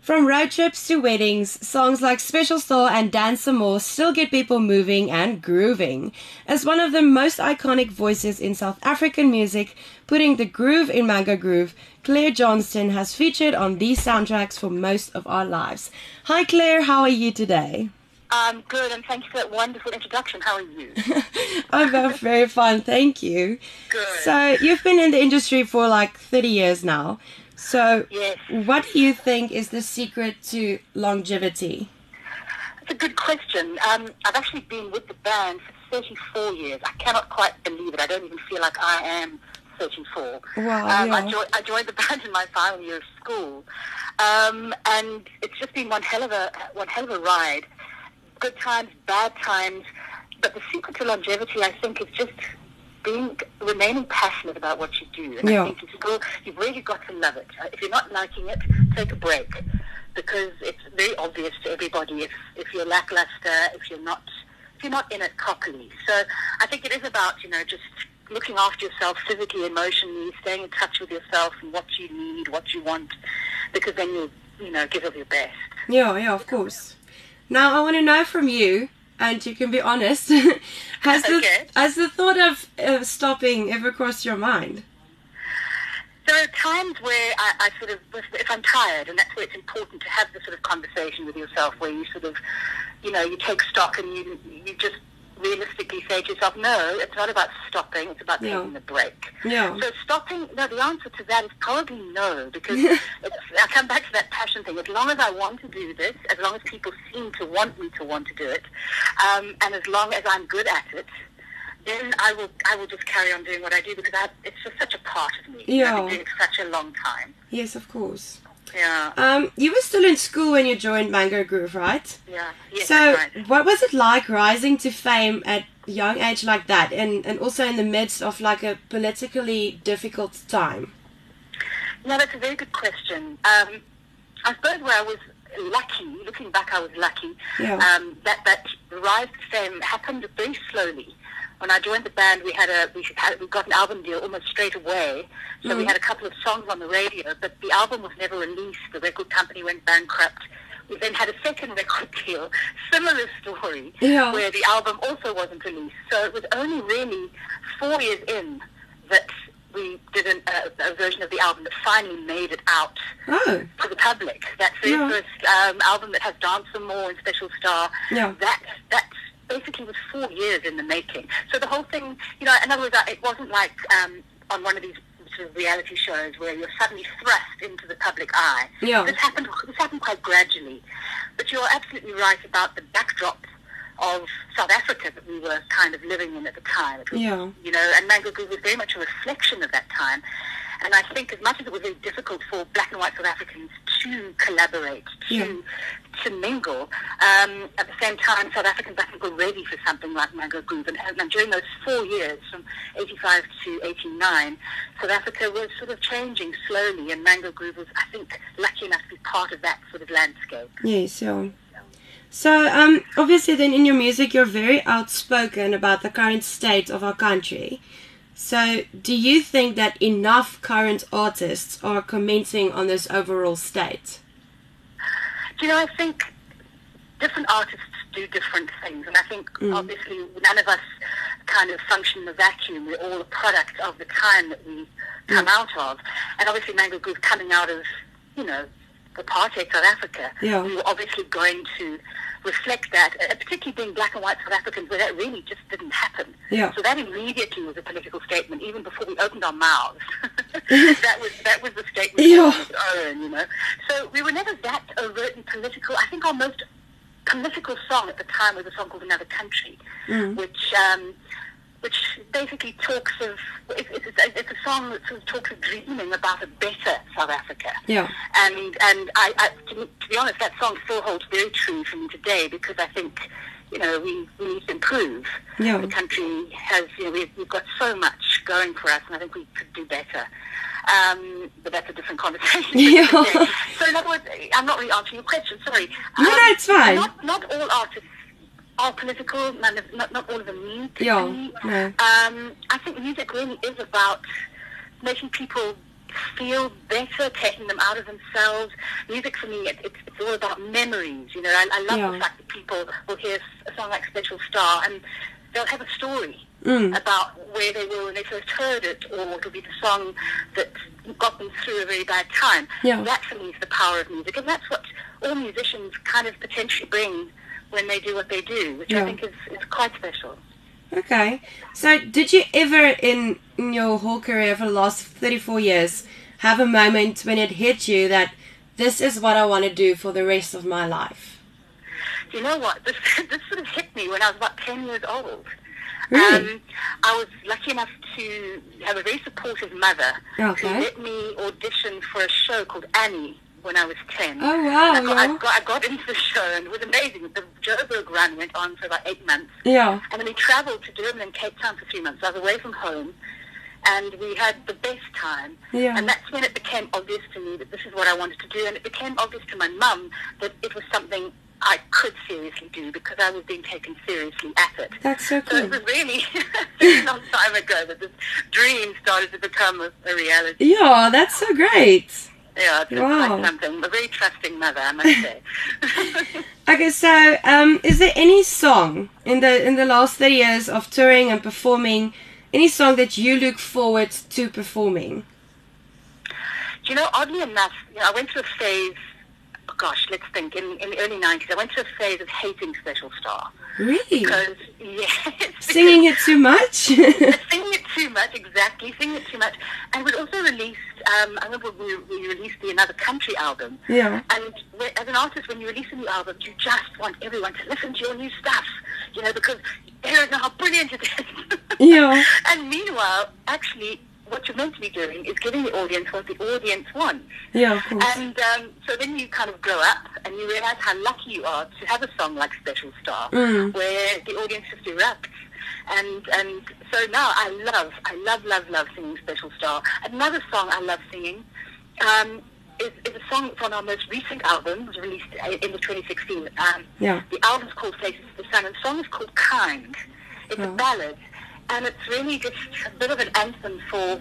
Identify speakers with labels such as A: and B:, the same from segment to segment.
A: From road trips to weddings, songs like Special Soul and Dance Some More still get people moving and grooving. As one of the most iconic voices in South African music, putting the groove in Manga Groove, Claire Johnston has featured on these soundtracks for most of our lives. Hi Claire, how are you today?
B: I'm Um, good, and thank you for that wonderful introduction. How are you?
A: I'm both very fine, thank you.
B: Good.
A: So, you've been in the industry for like 30 years now. So,
B: Yes.
A: what do you think is the secret to longevity?
B: That's a good question. Um, I've actually been with the band for 34 years. I cannot quite believe it. I don't even feel like I am 34.
A: Wow,
B: Um,
A: yeah.
B: I, jo- I joined the band in my final year of school, um, and it's just been one hell of a one hell of a ride. Good times, bad times, but the secret to longevity, I think, is just being remaining passionate about what you do. And
A: Yeah.
B: I think you still you've really got to love it. Uh, If you're not liking it, take a break because it's very obvious to everybody if, if you're lackluster, if you're not if you're not in it properly. So I think it is about you know just looking after yourself physically, emotionally, staying in touch with yourself and what you need, what you want, because then you'll you know give of your best.
A: Yeah, yeah, of course. Now I want to know from you, and you can be honest. has the
B: Okay.
A: has the thought of uh, stopping ever crossed your mind?
B: There are times where I, I sort of, if- if I'm tired, and that's where it's important to have the sort of conversation with yourself, where you sort of, you know, you take stock and you you just realistically say to yourself, no, it's not about stopping, it's about
A: Yeah.
B: taking a break.
A: Yeah.
B: So stopping, no, the answer to that is probably no, because it's, I come back to that passion thing. As long as I want to do this, as long as people seem to want me to want to do it, um, and as long as I'm good at it, then I will, I will just carry on doing what I do because I, it's just such a part of me. You know, I've been
A: Yeah.
B: doing it for such a long time.
A: Yes, of course.
B: Yeah,
A: Um, you were still in school when you joined Mango Groove, right?
B: yeah, yes,
A: so,
B: that's right.
A: what was it like rising to fame at a young age like that, and and also in the midst of like a politically difficult time?
B: No, that's a very good question. Um, I suppose where I was lucky, looking back, I was lucky.
A: Yeah.
B: Um, that that rise to fame happened very slowly. When I joined the band, we had a we had, we got an album deal almost straight away. So we had a couple of songs on the radio, but the album was never released. The record company went bankrupt. We then had a second record deal, similar story,
A: Yeah.
B: where the album also wasn't released. So it was only really four years in that we did an, a, a version of the album that finally made it out
A: Oh,
B: to the public. That's the
A: Yeah.
B: first um, album that has Dance Some More and Special Star.
A: Yeah.
B: That, that basically was four years in the making. So the whole thing, you know, in other words, I- it wasn't like um, on one of these sort of reality shows where you're suddenly thrust into the public eye.
A: Yeah.
B: This happened, this happened quite gradually. But you're absolutely right about the backdrop of South Africa that we were kind of living in at the time. It was
A: Yeah.
B: you know, and Mango Goo was very much a reflection of that time. And I think as much as it was very difficult for black and white South Africans to collaborate, to
A: Yeah.
B: to mingle, um, at the same time South Africans I think were ready for something like Mango Goo. And, and during those four years, from 85 to 89, South Africa was sort of changing slowly and Mango Goo was, I think, lucky enough to be part of that sort of landscape.
A: Yes, yeah. So, um, obviously, then in your music, you're very outspoken about the current state of our country. So, do you think that enough current artists are commenting on this overall state?
B: Do you know, I think different artists do different things, and I think obviously none of us kind of function in a vacuum. We're all a product of the time that we come out of, and obviously Mango Group coming out of, you know, apartheid South Africa.
A: Yeah.
B: We were obviously going to reflect that, uh, particularly being black and white South Africans, where that really just didn't happen.
A: Yeah.
B: So that immediately was a political statement, even before we opened our mouths. that was that was the statement
A: Yeah.
B: on its own, you know. So we were never that overtly political. I think our most political song at the time was a song called Another Country, which um, which basically talks of it's, it's, it's a song that sort of talks of dreaming about a better South Africa.
A: Yeah.
B: And and I, I to, me- to be honest, that song still holds very true for me today because I think you know we, we need to improve.
A: Yeah.
B: The country has you know we've, we've got so much going for us, and I think we could do better. Um, but that's a different conversation.
A: Yeah.
B: So in other words, I'm not really answering your question. Sorry. Um,
A: No, no, it's fine.
B: Not, not all artists are political. None of, not, not all of them need to
A: Yeah,
B: be.
A: no.
B: Um, I think music really is about making people feel better, taking them out of themselves. Music for me, it, it's, it's all about memories. You know, I, I love
A: Yeah.
B: the fact that people will hear a song like Special Star and they'll have a story
A: Mm.
B: about where they were when they first heard it, or it'll be the song that got them through a very bad time.
A: Yeah.
B: That for me is the power of music, and that's what all musicians kind of potentially bring when they do what they do, which
A: Yeah.
B: I think is, is quite special.
A: Okay. So, did you ever in, in your whole career for the last 34 years have a moment when it hit you that this is what I want to do for the rest of my life?
B: you know what? This this sort of hit me when I was about ten years old.
A: Really?
B: Um, I was lucky enough to have a very supportive mother
A: Okay.
B: who let me audition for a show called Annie when I was ten.
A: Oh, wow,
B: And I got,
A: yeah.
B: I, got, I got into the show and it was amazing. The Joburg run went on for about eight months.
A: Yeah.
B: And then we travelled to Durban and Cape Town for three months. I was away from home, and we had the best time.
A: Yeah.
B: And that's when it became obvious to me that this is what I wanted to do, and it became obvious to my mum that it was something I could seriously do because I was being taken seriously at it.
A: That's so
B: So
A: cool.
B: it was really a long time ago that this dream started to become a, a reality.
A: Yeah, that's so great.
B: Yeah, it's it's
A: Wow.
B: quite something. I'm a very trusting mother, I must say.
A: Okay, so um, is there any song in the in the last 30 years of touring and performing, any song that you look forward to performing?
B: Do you know, oddly enough, you know, I went through a phase, oh gosh, let's think, in, in the early 90s, I went through a phase of hating Special Star.
A: Really?
B: Because, yes.
A: Singing it too much?
B: Singing it too much, exactly. Singing it too much. And we'd also released, um, I remember we, we released the Another Country album.
A: Yeah.
B: And we- as an artist, when you release a new album, you just want everyone to listen to your new stuff, you know, because they don't know how brilliant it is.
A: Yeah.
B: And meanwhile, actually, what you're meant to be doing is giving the audience what the audience wants.
A: yeah, of course.
B: And um, so then you kind of grow up and you realize how lucky you are to have a song like Special Star where the audience just erupts. And and so now I love, I love, love, love singing Special Star. Another song I love singing um, is, is a song from our most recent album, it was released uh, in the 2016. Um,
A: Yeah.
B: The album's called Faces to the Sun and the song is called Kind. It's a
A: Yeah.
B: ballad and it's really just a bit of an anthem for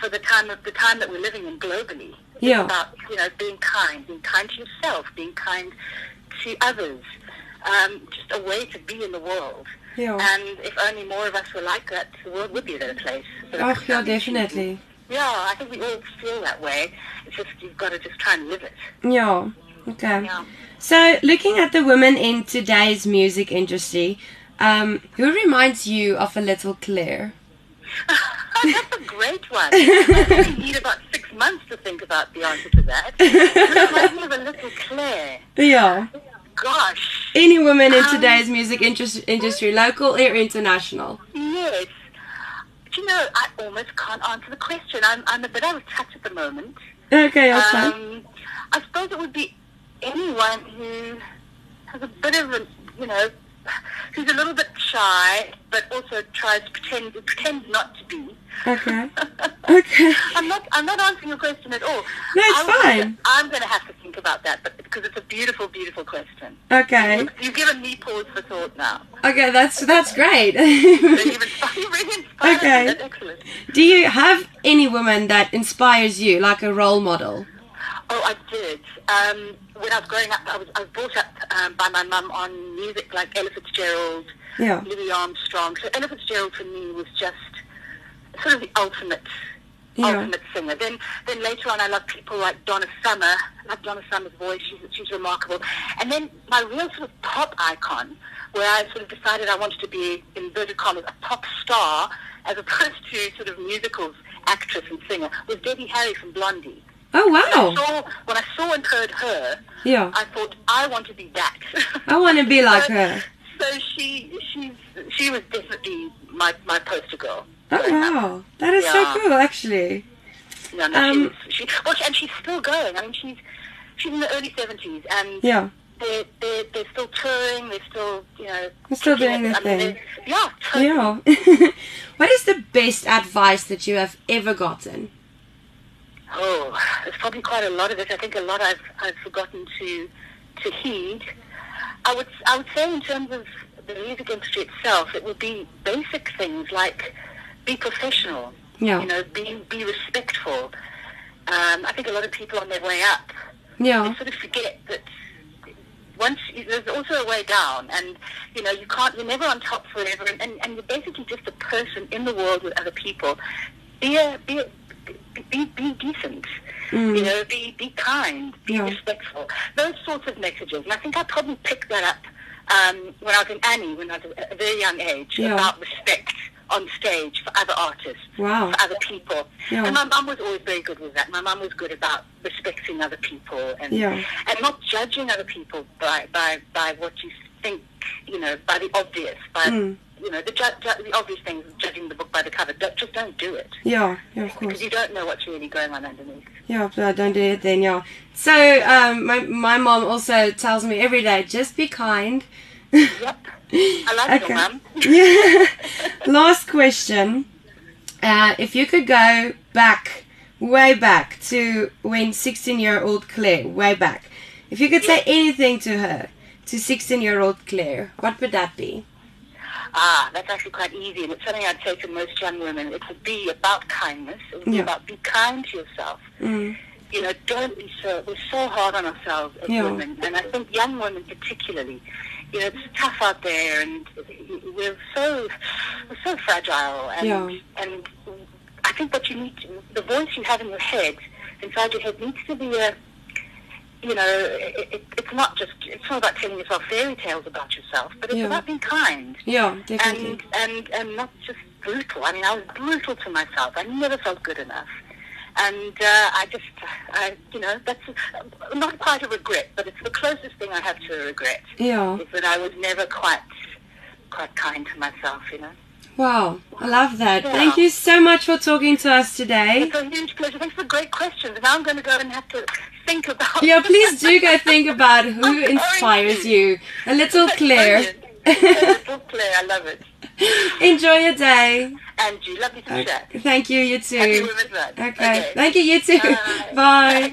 B: for the time of the time that we're living in globally. It's
A: Yeah.
B: about you know being kind, being kind to yourself, being kind to others. Um, just a way to be in the world.
A: Yeah.
B: And if only more of us were like that, the world would be a better place. But
A: Oh,
B: it's
A: yeah,
B: not easy.
A: definitely.
B: Yeah, I think we all feel that way. It's just you've got to just try and live it.
A: Yeah. Okay.
B: Yeah.
A: So, looking at the women in today's music industry, um, who reminds you of a little Claire?
B: Oh, That's a great one. I really need about six months to think about the answer to that. Reminds me of a little Claire.
A: Yeah.
B: Gosh.
A: Any woman in
B: Um,
A: today's music interest- industry, local or international?
B: Yes. Do you know, I almost can't answer the question. I'm, I'm a bit out of touch at the moment.
A: Okay, that's fine.
B: Um, I suppose it would be anyone who has a bit of a, you know, who's a little bit shy, but also tries to pretend, pretend not to be.
A: Okay. Okay.
B: I'm not, I'm not answering your question at all.
A: No, it's
B: would-
A: fine.
B: I'm going to have to think about that but, because it's a beautiful, beautiful question.
A: Okay.
B: You've given me pause for thought now.
A: Okay, that's that's great.
B: So you've inspired, you really inspired
A: Okay.
B: me. That's excellent.
A: Do you have any woman that inspires you, like a role model?
B: Oh, I did. Um, when I was growing up, I was, I was brought up um, by my mum on music like Ella Fitzgerald,
A: Yeah.
B: Louis Armstrong. So Ella Fitzgerald for me was just sort of the ultimate,
A: Yeah.
B: ultimate singer. Then, then later on, I loved people like Donna Summer. I love Donna Summer's voice. She's, she's remarkable. And then my real sort of pop icon, where I sort of decided I wanted to be in inverted commas a pop star as opposed to sort of musicals actress and singer, was Debbie Harry from Blondie.
A: Oh
B: I
A: wow.
B: saw when I saw and heard her,
A: Yeah.
B: I thought I want to be that.
A: I want to be like her.
B: So she she's she was definitely my my poster girl.
A: Oh
B: growing up.
A: wow. That is
B: Yeah.
A: so cool, actually.
B: No, no,
A: Um,
B: she, was, she well, she- and she's still going. I mean, she's she's in the early seventies, and
A: Yeah.
B: they're, they're they're still touring. They're still you know
A: They're still doing
B: kicking it.
A: their
B: I mean,
A: thing.
B: they're- Yeah, totally.
A: Yeah. what is the best advice that you have ever gotten?
B: Oh, there's probably quite a lot of it. I think a lot I've I've forgotten to to heed. I would I would say in terms of the music industry itself, it would be basic things like be professional.
A: Yeah.
B: You know, be be respectful. um, I think a lot of people on their way up
A: Yeah.
B: they sort of forget that once you, there's also a way down, and you know you can't you're never on top forever, and, and, and you're basically just a person in the world with other people. Be a, be a, be, be decent, you know. Be be kind. Be
A: Mm. Yeah.
B: respectful. Those sorts of messages, and I think I probably picked that up um, when I was in Annie, when I was at a very young age,
A: Yeah.
B: about respect on stage for other artists,
A: Wow.
B: for other people.
A: Yeah.
B: And my mum was always very good with that. My mum was good about respecting other people and
A: Yeah.
B: and not judging other people by by by what you think, you know, by the obvious, by
A: Hmm.
B: you know the ju- ju- the obvious things, judging the book by the cover. Don't, just don't do it
A: Yeah. Yeah. Of course.
B: because you don't know what's really going on underneath.
A: Yeah, but I don't do it then, yeah. So, um, my, my mom also tells me every day, just be kind.
B: Yep, I love
A: Okay.
B: your mum.
A: Yeah. Last question. Uh, if you could go back, way back to when 16 year old Claire, way back, if you could say anything to her, to 16 year old Claire, what would that be?
B: Ah, that's actually quite easy, and it's something I'd say to most young women. It would be about kindness. It would be
A: Yeah.
B: about be kind to yourself.
A: Mm.
B: You know, don't be so. We're so hard on ourselves as
A: Yeah.
B: women, and I think young women particularly. You know, it's tough out there, and we're so we're so fragile. And
A: Yeah.
B: and I think what you need, to, the voice you have in your head, inside your head, needs to be a you know, it, it, it's not just, it's not about telling yourself fairy tales about yourself, but it's
A: Yeah.
B: about being kind
A: Yeah, definitely.
B: and and and not just brutal. I mean, I was brutal to myself. I never felt good enough, and uh, I just, I you know, that's uh, not quite a regret, but it's the closest thing I have to a regret
A: yeah.
B: is that I was never quite quite kind to myself. You know,
A: Wow. I love that.
B: Yeah.
A: Thank you so much for talking to us today.
B: it's a huge pleasure. Thanks for great questions. Now I'm going to go and have to think about.
A: Yeah, please do go think about who
B: I'm sorry.
A: inspires you. A little Claire.
B: Brilliant. A little Claire, I love it.
A: Enjoy your day.
B: And you, lovely to chat.
A: Thank you, you
B: Happy
A: too.
B: Women's Night.
A: Okay. Thank you, you too.
B: Bye.
A: Bye.